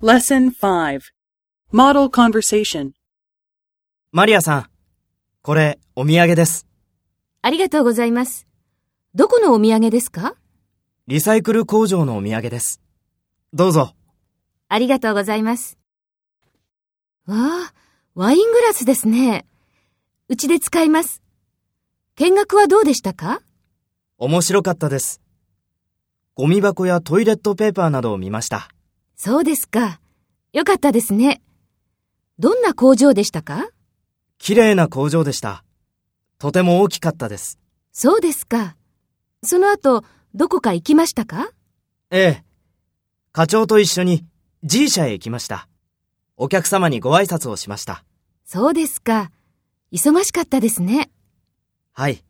Lesson 5 Model Conversation マリアさん、これお土産です。ありがとうございます。どこのお土産ですかリサイクル工場のお土産です。どうぞ。ありがとうございます。わあ、ワイングラスですね。うちで使います。見学はどうでしたか面白かったです。ゴミ箱やトイレットペーパーなどを見ました。そうですか。よかったですね。どんな工場でしたか綺麗な工場でした。とても大きかったです。そうですか。その後、どこか行きましたかええ。課長と一緒に G 社へ行きました。お客様にご挨拶をしました。そうですか。忙しかったですね。はい。